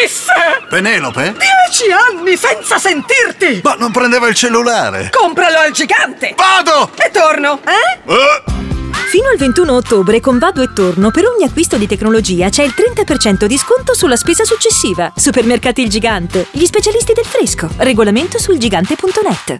Ulisse! Penelope? Dieci anni senza sentirti! Ma non prendeva il cellulare! Compralo al gigante! Vado! E torno, eh? Eh, Fino al 21 ottobre con Vado e Torno per ogni acquisto di tecnologia c'è il 30% di sconto sulla spesa successiva. Supermercati Il Gigante, gli specialisti del fresco. Regolamento sul gigante.net.